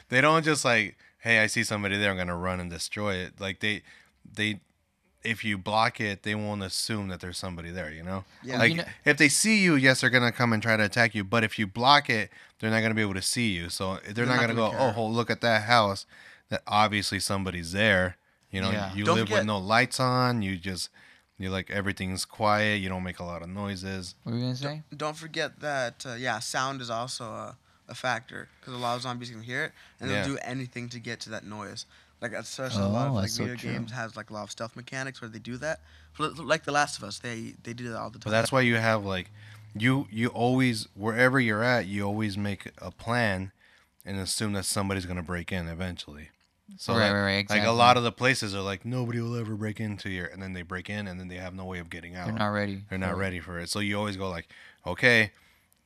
[LAUGHS] they don't just like hey I see somebody there I'm gonna run and destroy it like they they if you block it they won't assume that there's somebody there you know Yeah. like You know- if they see you yes they're gonna come and try to attack you but if you block it they're not gonna be able to see you so they're, not, not gonna, go gonna care. oh ho, look at that house that obviously somebody's there you know Yeah. you Don't live forget- with no lights on you just you like everything's quiet. You don't make a lot of noises. what were you gonna say? don't forget that uh, yeah, sound is also a, a factor because a lot of zombies can hear it and Yeah. they'll do anything to get to that noise. Like especially a lot of Oh, like that's so video true. games has like a lot of stealth mechanics where they do that. For- Like The Last of Us, they they do that all the But time. that's why you have like, you you always wherever you're at, you always make a plan, and assume that somebody's gonna break in eventually. So Right, like, right, right, like a lot exactly. of the places are like nobody will ever break into here, and then they break in, and then they have no way of getting out. They're not ready. They're not for it. ready for it. So you always go like, okay,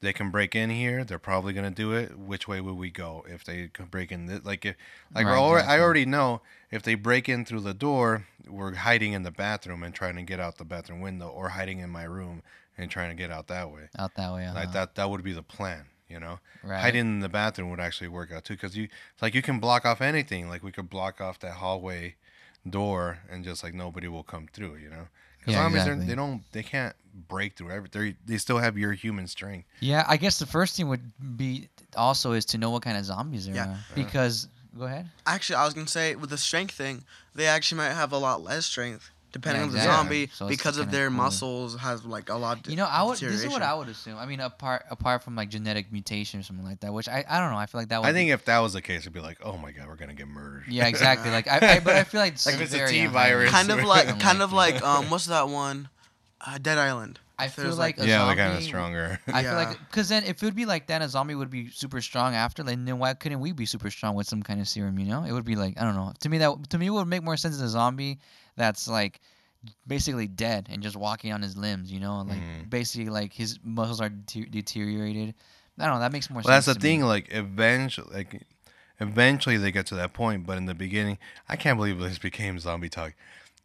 they can break in here. They're probably gonna do it. Which way would we go if they can break in? This? Like if like Right, we're alre- exactly. I already know if they break in through the door, we're hiding in the bathroom and trying to get out the bathroom window, or hiding in my room and trying to get out that way. Out that way. Like uh-huh. that that would be the plan. you know Right. hiding in the bathroom would actually work out too because you like you can block off anything like we could block off that hallway door and just like nobody will come through you know because Yeah, zombies they're- exactly. they don't they can't break through every they they still have your human strength Yeah, I guess the first thing would be also is to know what kind of zombies there Yeah. are because go ahead. Actually, I was gonna say with the strength thing, they actually might have a lot less strength depending Yeah, on the exactly. zombie So it's because of kinda their cool. muscles has like a lot. You know, I would. This is what deterioration. I would assume. I mean, apart apart from like genetic mutation or something like that, which I, I don't know. I feel like that. Would i think if that was the case it'd be like oh my god we're gonna get murdered Be, yeah, exactly. Like I, I, but I feel like, Like, [LAUGHS] if it's a very T unlikely. virus. [LAUGHS] kind of I'm like kind of like- like um what's that one uh, dead island I If feel there's, like [LAUGHS] a yeah they're kind of zombie- stronger I feel like Yeah. because then if it would be like that, a zombie would be super strong after. Like, then why couldn't we be super strong with some kind of serum? You know, it would be like I don't know. To me, that to me it would make more sense as a zombie that's like basically dead and just walking on his limbs. You know, like Mhm. basically, basically like his muscles are deteriorated. I don't know. That makes more Well, sense. that's the thing. Like eventually, like eventually they get to that point. But in the beginning, I can't believe this became zombie talk.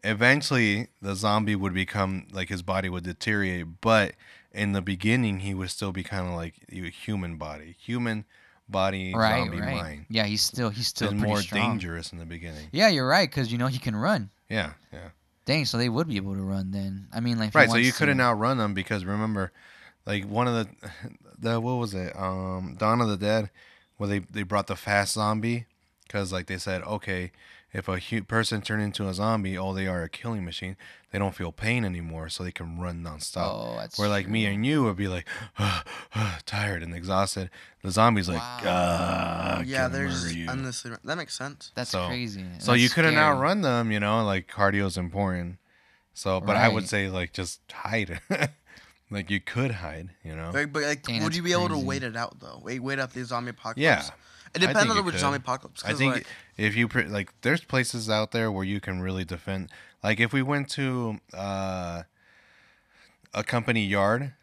Eventually, the zombie would become like his body would deteriorate. But in the beginning, he would still be kind of like a human body, human body, Right, zombie right. mind. Yeah, he's still he's still It's pretty more strong. dangerous in the beginning. Yeah, you're right because you know he can run. Yeah, yeah. Dang, so they would be able to run then. I mean, like if he Right. So wants you to- couldn't outrun them because remember, like one of the, [LAUGHS] the what was it? Um, Dawn of the Dead, where they they brought the fast zombie, because like they said, okay, if a hu- person turned into a zombie, oh, they are a killing machine. They don't feel pain anymore, so they can run nonstop. Oh, that's Where like me true. and you would be like, [SIGHS] tired and exhausted. The zombies like, Wow. ah, yeah can there's murder you. endlessly that makes sense That's So- crazy. so you That's couldn't scary. outrun them, you know. Like cardio's important. So, but I would Right. say like just hide. [LAUGHS] like you could hide, you know. Like, but like Dang, would Oh. that's you be able to crazy. wait it out though wait wait out the zombie apocalypse Yeah, it I depends think on you which could. zombie apocalypse I 'cause, think like, if you pre- like, there's places out there where you can really defend. Like if we went to uh, a company yard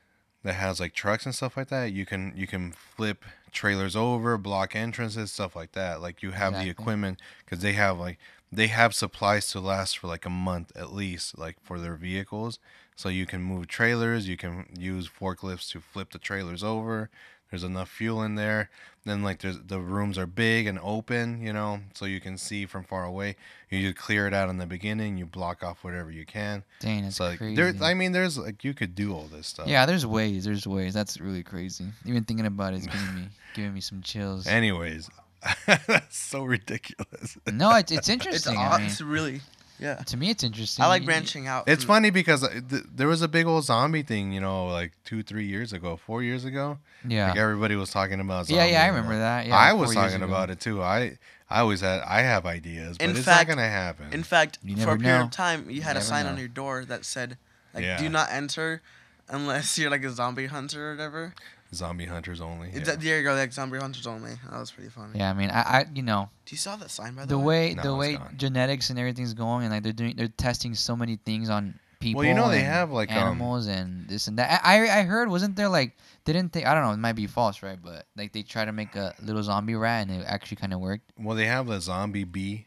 that has like trucks and stuff like that, you can you can flip trailers over, block entrances, stuff like that. Like you have the Exactly. equipment because they have like they have supplies to last for like a month at least, like for their vehicles. So you can move trailers, you can use forklifts to flip the trailers over. There's enough fuel in there. Then like there's the rooms are big and open, you know, so you can see from far away. You just clear it out in the beginning, you block off whatever you can. Dang, that's It's like crazy. there I mean there's like you could do all this stuff. yeah, there's ways. There's ways. That's really crazy. Even thinking about it [LAUGHS] is giving me giving me some chills. Anyways, [LAUGHS] that's so ridiculous. no, it's it's it's, interesting. I odd, mean, it's really yeah to me, it's interesting. i like You- branching out [LAUGHS] It's from- funny because uh, th- there was a big old zombie thing, you know, like two, three years ago, four years ago. Yeah. Like everybody was talking about. yeah, yeah, I zombie, you know. remember that. Yeah, I like was four years talking ago. about it too. I I always had I have ideas, but In it's fact- not gonna happen. in fact You for never a period know. of time you had a never sign know. on your door that said like Yeah. do not enter unless you're like a zombie hunter or whatever zombie hunters only. It's yeah. that there you go like zombie hunters only that was pretty funny Yeah, I mean, I, I you know, do you saw that sign by the, the way No, the it's way gone. genetics and everything's going, and like they're doing, they're testing so many things on people. Well, you know they and have, like, um, animals and this and that. I I I heard wasn't there like didn't they? I don't know. It might be false, right? But like they tried to make a little zombie rat, and it actually kind of worked. Well, they have the zombie bee.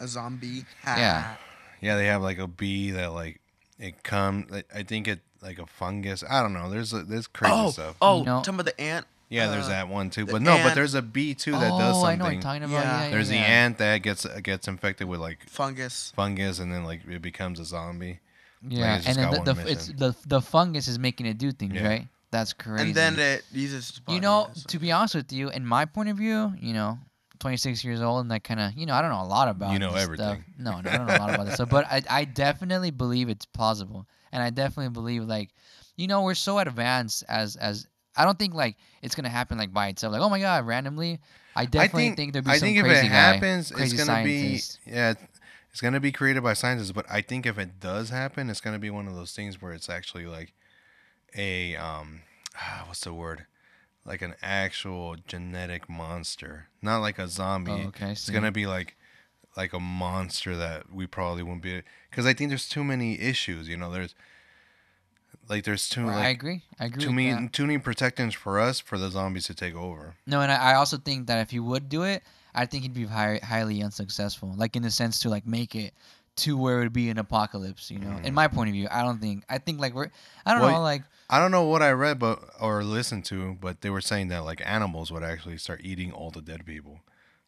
a zombie Yeah. Yeah, they have like a bee that like it comes. I think it like a fungus. I don't know. There's a, there's crazy oh, stuff. Oh, You know- talking about the ant. Yeah, there's uh, that one too. the But no, but ant- there's a bee too that oh, does something. I know what you're talking about. Yeah. Yeah, yeah, there's yeah. the ant that gets uh, gets infected with like Fungus. fungus and then like it becomes a zombie. Yeah, it's just and then got the, one the f- it's missing. the the fungus is making it do things, Yeah. right? That's crazy. And then it uses. Its body you know, as a- to be honest with you, in my point of view, you know, 26 years old and that kind of, you know, I don't know a lot about. You know this everything. Stuff. No, no, I don't know a lot about [LAUGHS] this stuff, but I, I definitely believe it's plausible, and I definitely believe like, you know, we're so advanced as as. I don't think like it's gonna happen like by itself. Like, oh my god, randomly. I definitely I think, there'd be I some think if crazy it guy, happens, crazy it's gonna scientist. be yeah, it's gonna be created by scientists. But I think if it does happen, it's gonna be one of those things where it's actually like a um, ah, what's the word? Like an actual genetic monster, not like a zombie. Oh, okay, I it's see. gonna be like like a monster that we probably wouldn't be because I think there's too many issues. You know, there's like there's too I like agree. I agree. too with that. many too many protectants for us for the zombies to take over. No, and I, I also think that if he would do it, I think he'd be high, highly unsuccessful. Like in the sense to like make it to where it would be an apocalypse. You know, in my point of view, I don't think. I think like we're. I don't Mm-hmm. Well, know. Like I don't know what I read, but or listened to, but they were saying that like animals would actually start eating all the dead people,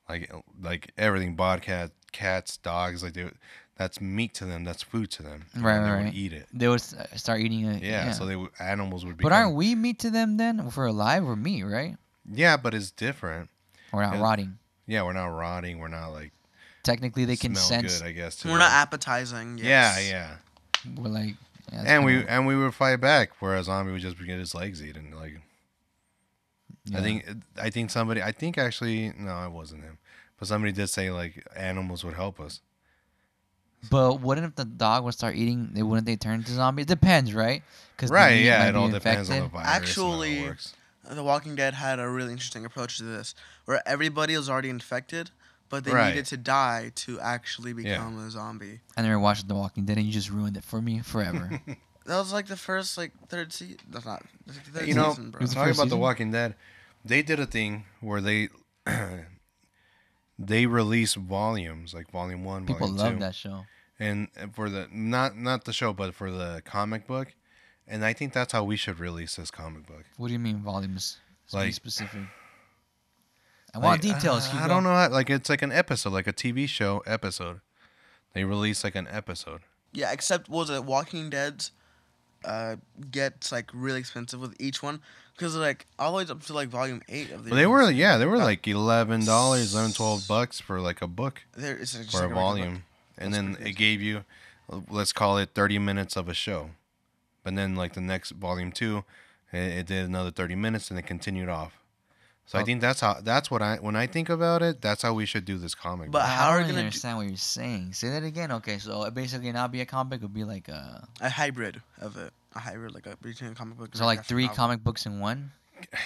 like uh, like everything, bobcat, cats, dogs, like they, would- that's meat to them, that's food to them. and Right, They right, would right. eat it. they would s- uh, start eating it. Yeah, so they would, animals would be. but aren't we meat to them then? If we're alive, we're meat, right? Yeah, but it's different. We're not Yeah. rotting. Yeah, we're not rotting. We're not like Technically, they can smell sense. good, I guess. to We're not them. appetizing. Yeah, yes. yeah. We're like. yeah, that's and we kinda- and we would fight back, whereas zombie would just get his legs eaten. Like I yeah. think I think somebody I think actually no, it wasn't him, but somebody did say like animals would help us. But wouldn't if the dog would start eating? They wouldn't they turn to zombies? Depends, right? Because Right? Yeah, it all depends on the virus. and how Actually, it works. The Walking Dead had a really interesting approach to this, where everybody was already infected, but they Right. needed to die to actually become a zombie. I never watched The Walking Dead, and you just ruined it for me [LAUGHS] forever. That was like the first like third season. That's not. That's like the third you know, season, bro. It was the talking first about The season? Walking Dead, they did a thing where they [CLEARS THROAT] they release volumes like volume one, People volume love two. that show. and for the not not the show but for the comic book and i think that's how we should release this comic book What do you mean volumes? It's pretty Like- [SIGHS] specific. I want Like, details. uh, Hugo. i don't know how, like it's like an episode like a tv show episode they release like an episode Yeah, except what was it Walking Dead's uh, gets like really expensive with each one because like all the way up to like volume eight of the. but they were original- yeah they were like 11 dollars 11 12 bucks for like a book there. It's just for like a regular book. volume and That's then crazy. it gave you let's call it 30 minutes of a show but then like the next volume two it, it did another 30 minutes and it continued off so I Oh. think that's how that's what I when I think about it that's how we should do this comic. But book. I how are we don't gonna do- understand what you're saying? Say that again. Okay, so it basically not be a comic book would be like uh, a a hybrid of it. A hybrid like a between a comic book. and so a like graphic three novel. comic books in one.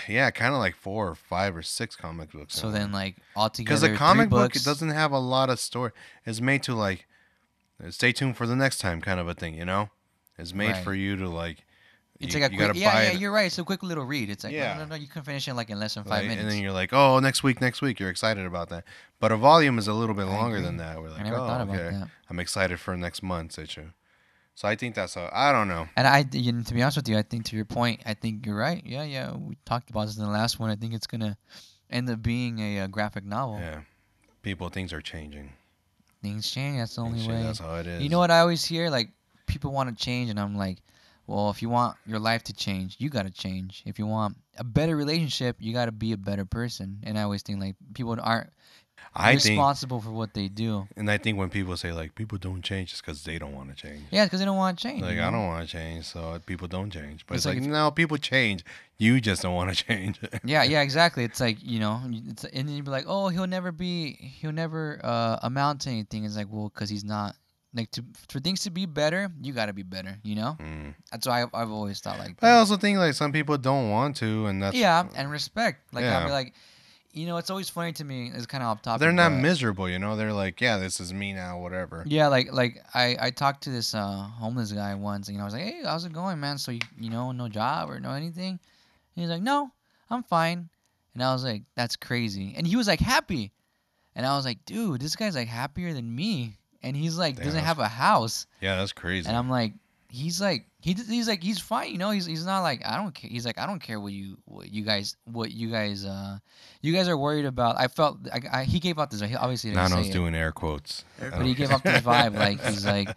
Yeah, kind of like four or five or six comic books. So then like all together Uh-huh. because three a comic book books, it doesn't have a lot of story. It's made to like, uh, stay tuned for the next time kind of a thing. You know, it's made Right. for you to like. It's you, like a you quick, gotta yeah buy yeah it, you're right. It's a quick little read. It's like Yeah. no, no no you can finish it like in less than like, five minutes. and then you're like, oh, next week, next week. You're excited about that, but a volume is a little bit longer than that. We're like, never oh, thought about okay, that. I'm excited for next month's issue. So I think that's how I don't know. And I, you know, to be honest with you, I think to your point, I think you're right. Yeah, yeah, we talked about this in the last one. I think it's gonna end up being a, uh graphic novel. Yeah, people, things are changing. Things change. That's the only Shit, way. that's how it is. you know what I always hear? Like people want to change, and I'm like, well, if you want your life to change, you gotta change. If you want a better relationship, you gotta be a better person. And I always think like people aren't I think, responsible for what they do. and I think when people say like people don't change, it's because they don't want to change. Yeah, because they don't want to change. Like you I know? don't want to change, so people don't change. But Mm-hmm. It's it's, like like, if- no, people change. You just don't want to [LAUGHS] change. Yeah, yeah, exactly. It's like you know, you- it's, and then you'd be like, oh, he'll never be, he'll never uh, amount to anything. It's like, well, because he's not. Like to, for things to be better, you gotta be better. You know, Mm. that's why I've, I've always thought like But I that. also think like some people don't want to, and that's yeah, and respect. Like I'll Yeah. be like, you know, it's always funny to me. It's kind of off topic. they're not but- miserable. You know, they're like, yeah, this is me now, whatever. Yeah, like like I I talked to this uh homeless guy once, and you know, I was like, hey, how's it going, man? So you you know, no job or no anything? And he's like, no, I'm fine. And I was like, that's crazy. And he was like happy, and I was like, dude, this guy's like happier than me, and he's like Damn, doesn't that's- have a house, Yeah, that's crazy. and I'm like. He's like he, d- he's like he's fine you know he's, he's not like I don't care he's like I don't care what you what you guys what you guys uh you guys are worried about I felt I, I he gave out this he obviously didn't say Nano's it doing air quotes. Air I but he don't- [LAUGHS] gave off this vibe like he's like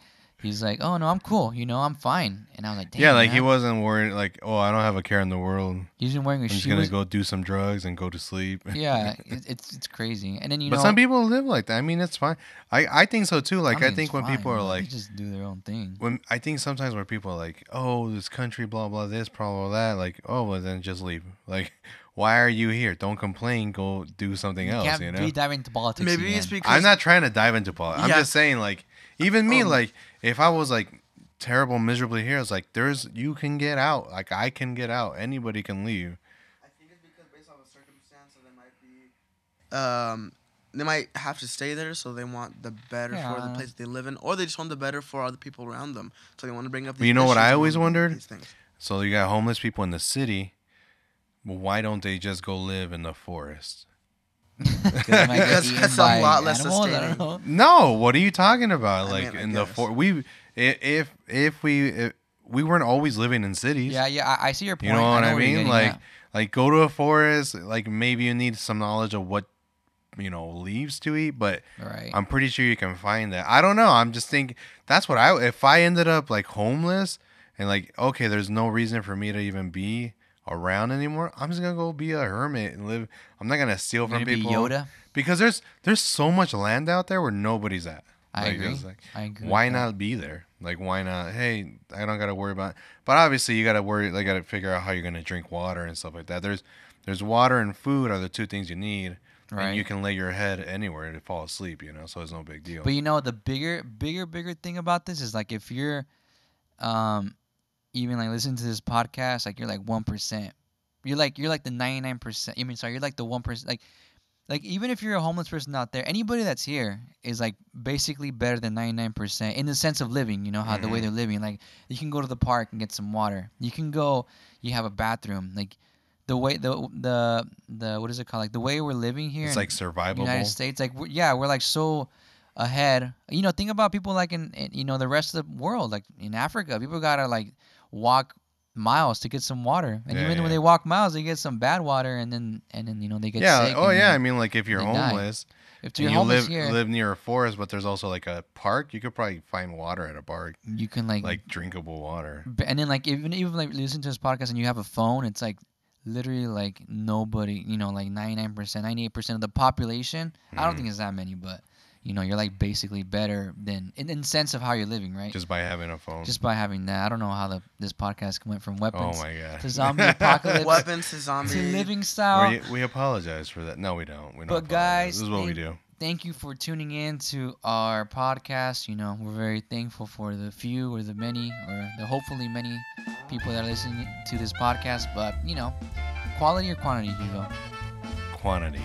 he's like oh no i'm cool you know i'm fine and i was like Damn, yeah, like he man." wasn't worried. Like, oh, I don't have a care in the world. I'm he's been wearing a just shoe gonna was- go do some drugs and go to sleep. [LAUGHS] [LAUGHS] yeah it, it's it's crazy and then you but know some people live like that. I mean, it's fine. I I think so too. Like, I, mean, think it's when fine, people are you know, they like, just do their own thing when I think sometimes where people are like, oh, this country, blah blah, this problem, that, like, oh, well, then just leave. [LAUGHS] Like, why are you here? Don't complain. Go do something you else. can't You be know. diving into politics Maybe it's again. because I'm not trying to dive into politics. Yeah. I'm just saying, like, even me, Um, like, if I was like terrible, miserably here, it's like there's you can get out. Like, I can get out. Anybody can leave. I think it's because based on the circumstance, so they might be. Um, they might have to stay there, so they want the better for the Yeah. place they live in, or they just want the better for other people around them. So they want to bring up. You know what issues I and always wanna bring up wondered? [LAUGHS] These things. So you got homeless people in the city. Well, why don't they just go live in the forest? [LAUGHS] I [LAUGHS] might get Because eaten that's a by lot less animals, I don't sustaining. know. No, what are you talking about? I like mean, I in the guess. for we i- if if we if we weren't always living in cities. Yeah, yeah, I, I see your point. You know what I, where mean? you're getting Like at. like go to a forest, like maybe you need some knowledge of what you know leaves to eat, but right? I'm pretty sure you can find that. I don't know. I'm just thinking that's what I if I ended up like homeless and like okay, there's no reason for me to even be around anymore. I'm just gonna go be a hermit and live. I'm not gonna steal Gonna from be people. Yoda? because there's there's so much land out there where nobody's at. I agree. it's Like, I agree with Why that. not be there? Like why not? Hey, I don't gotta worry about. But obviously you gotta worry. Like gotta figure out how you're gonna drink water and stuff like that. There's there's water and food are the two things you need. Right. And you can lay your head anywhere to fall asleep, you know, so it's no big deal. But you know the bigger, bigger, bigger thing about this is like if you're, um, even like listening to this podcast, like you're like one percent. You're like you're like the ninety nine percent. I mean, sorry, you're like the one percent. Like, like even if you're a homeless person out there, anybody that's here is like basically better than ninety nine percent in the sense of living. You know how Mm-hmm. the way they're living. Like you can go to the park and get some water. You can go. You have a bathroom. Like the way the the the what is it called? Like the way we're living here. it's in- like survivable. United States. Like, we're, yeah, we're like so ahead. You know, think about people like in, in you know the rest of the world, like in Africa, people gotta like walk miles to get some water, and Yeah, even yeah. when they walk miles, they get some bad water, and then and then you know they get yeah. sick. Oh and yeah. I then mean, like if you're they die. homeless if and you're you homeless live here, live near a forest, but there's also like a park, you could probably find water at a park, you can like, like drinkable water. b- and then like even even like listen to this podcast, and you have a phone, it's like literally like nobody, you know, like ninety nine percent, ninety eight percent of the population. I Hmm. don't think it's that many, but. You know, you're like basically better than in, in sense of how you're living, right? Just by having a phone. just by having that. I don't know how the this podcast went from oh weapons my god. [LAUGHS] to zombie apocalypse Weapons to to zombie. [LAUGHS] living style. we, we apologize for that. No, we don't. We don't. But apologize. guys, this is what we thank- do. Thank you for tuning in to our podcast. You know, we're very thankful for the few or the many or the hopefully many people that are listening to this podcast. But you know, quality or quantity, Hugo? Quantity.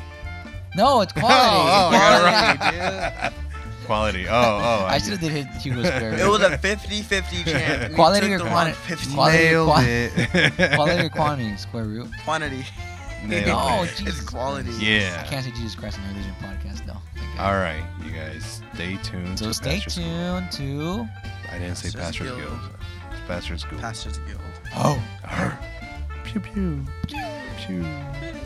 [LAUGHS] No, it's quality. Oh, oh, all right. Quality, dude. Quality. Oh, oh. [LAUGHS] I should have did hit [LAUGHS] Hugo's fair. It was a 50-50 chance. We Quality took or the quanti- wrong 50 quali- quality- nailed qua- it. [LAUGHS] Quality or quantity, square root. quantity. Nailed [LAUGHS] No, it. Oh, Jesus It's quality. Christ. I Yeah. can't say Jesus Christ in the religion podcast, though. Thank God. All right, you guys, stay tuned. So to stay Pastor's Guild. tuned to. I didn't say Pastor's Pastor's Guild. Guild. It's Pastor's Guild. Pastors Guild. Oh. Arr. Pew pew. Pew.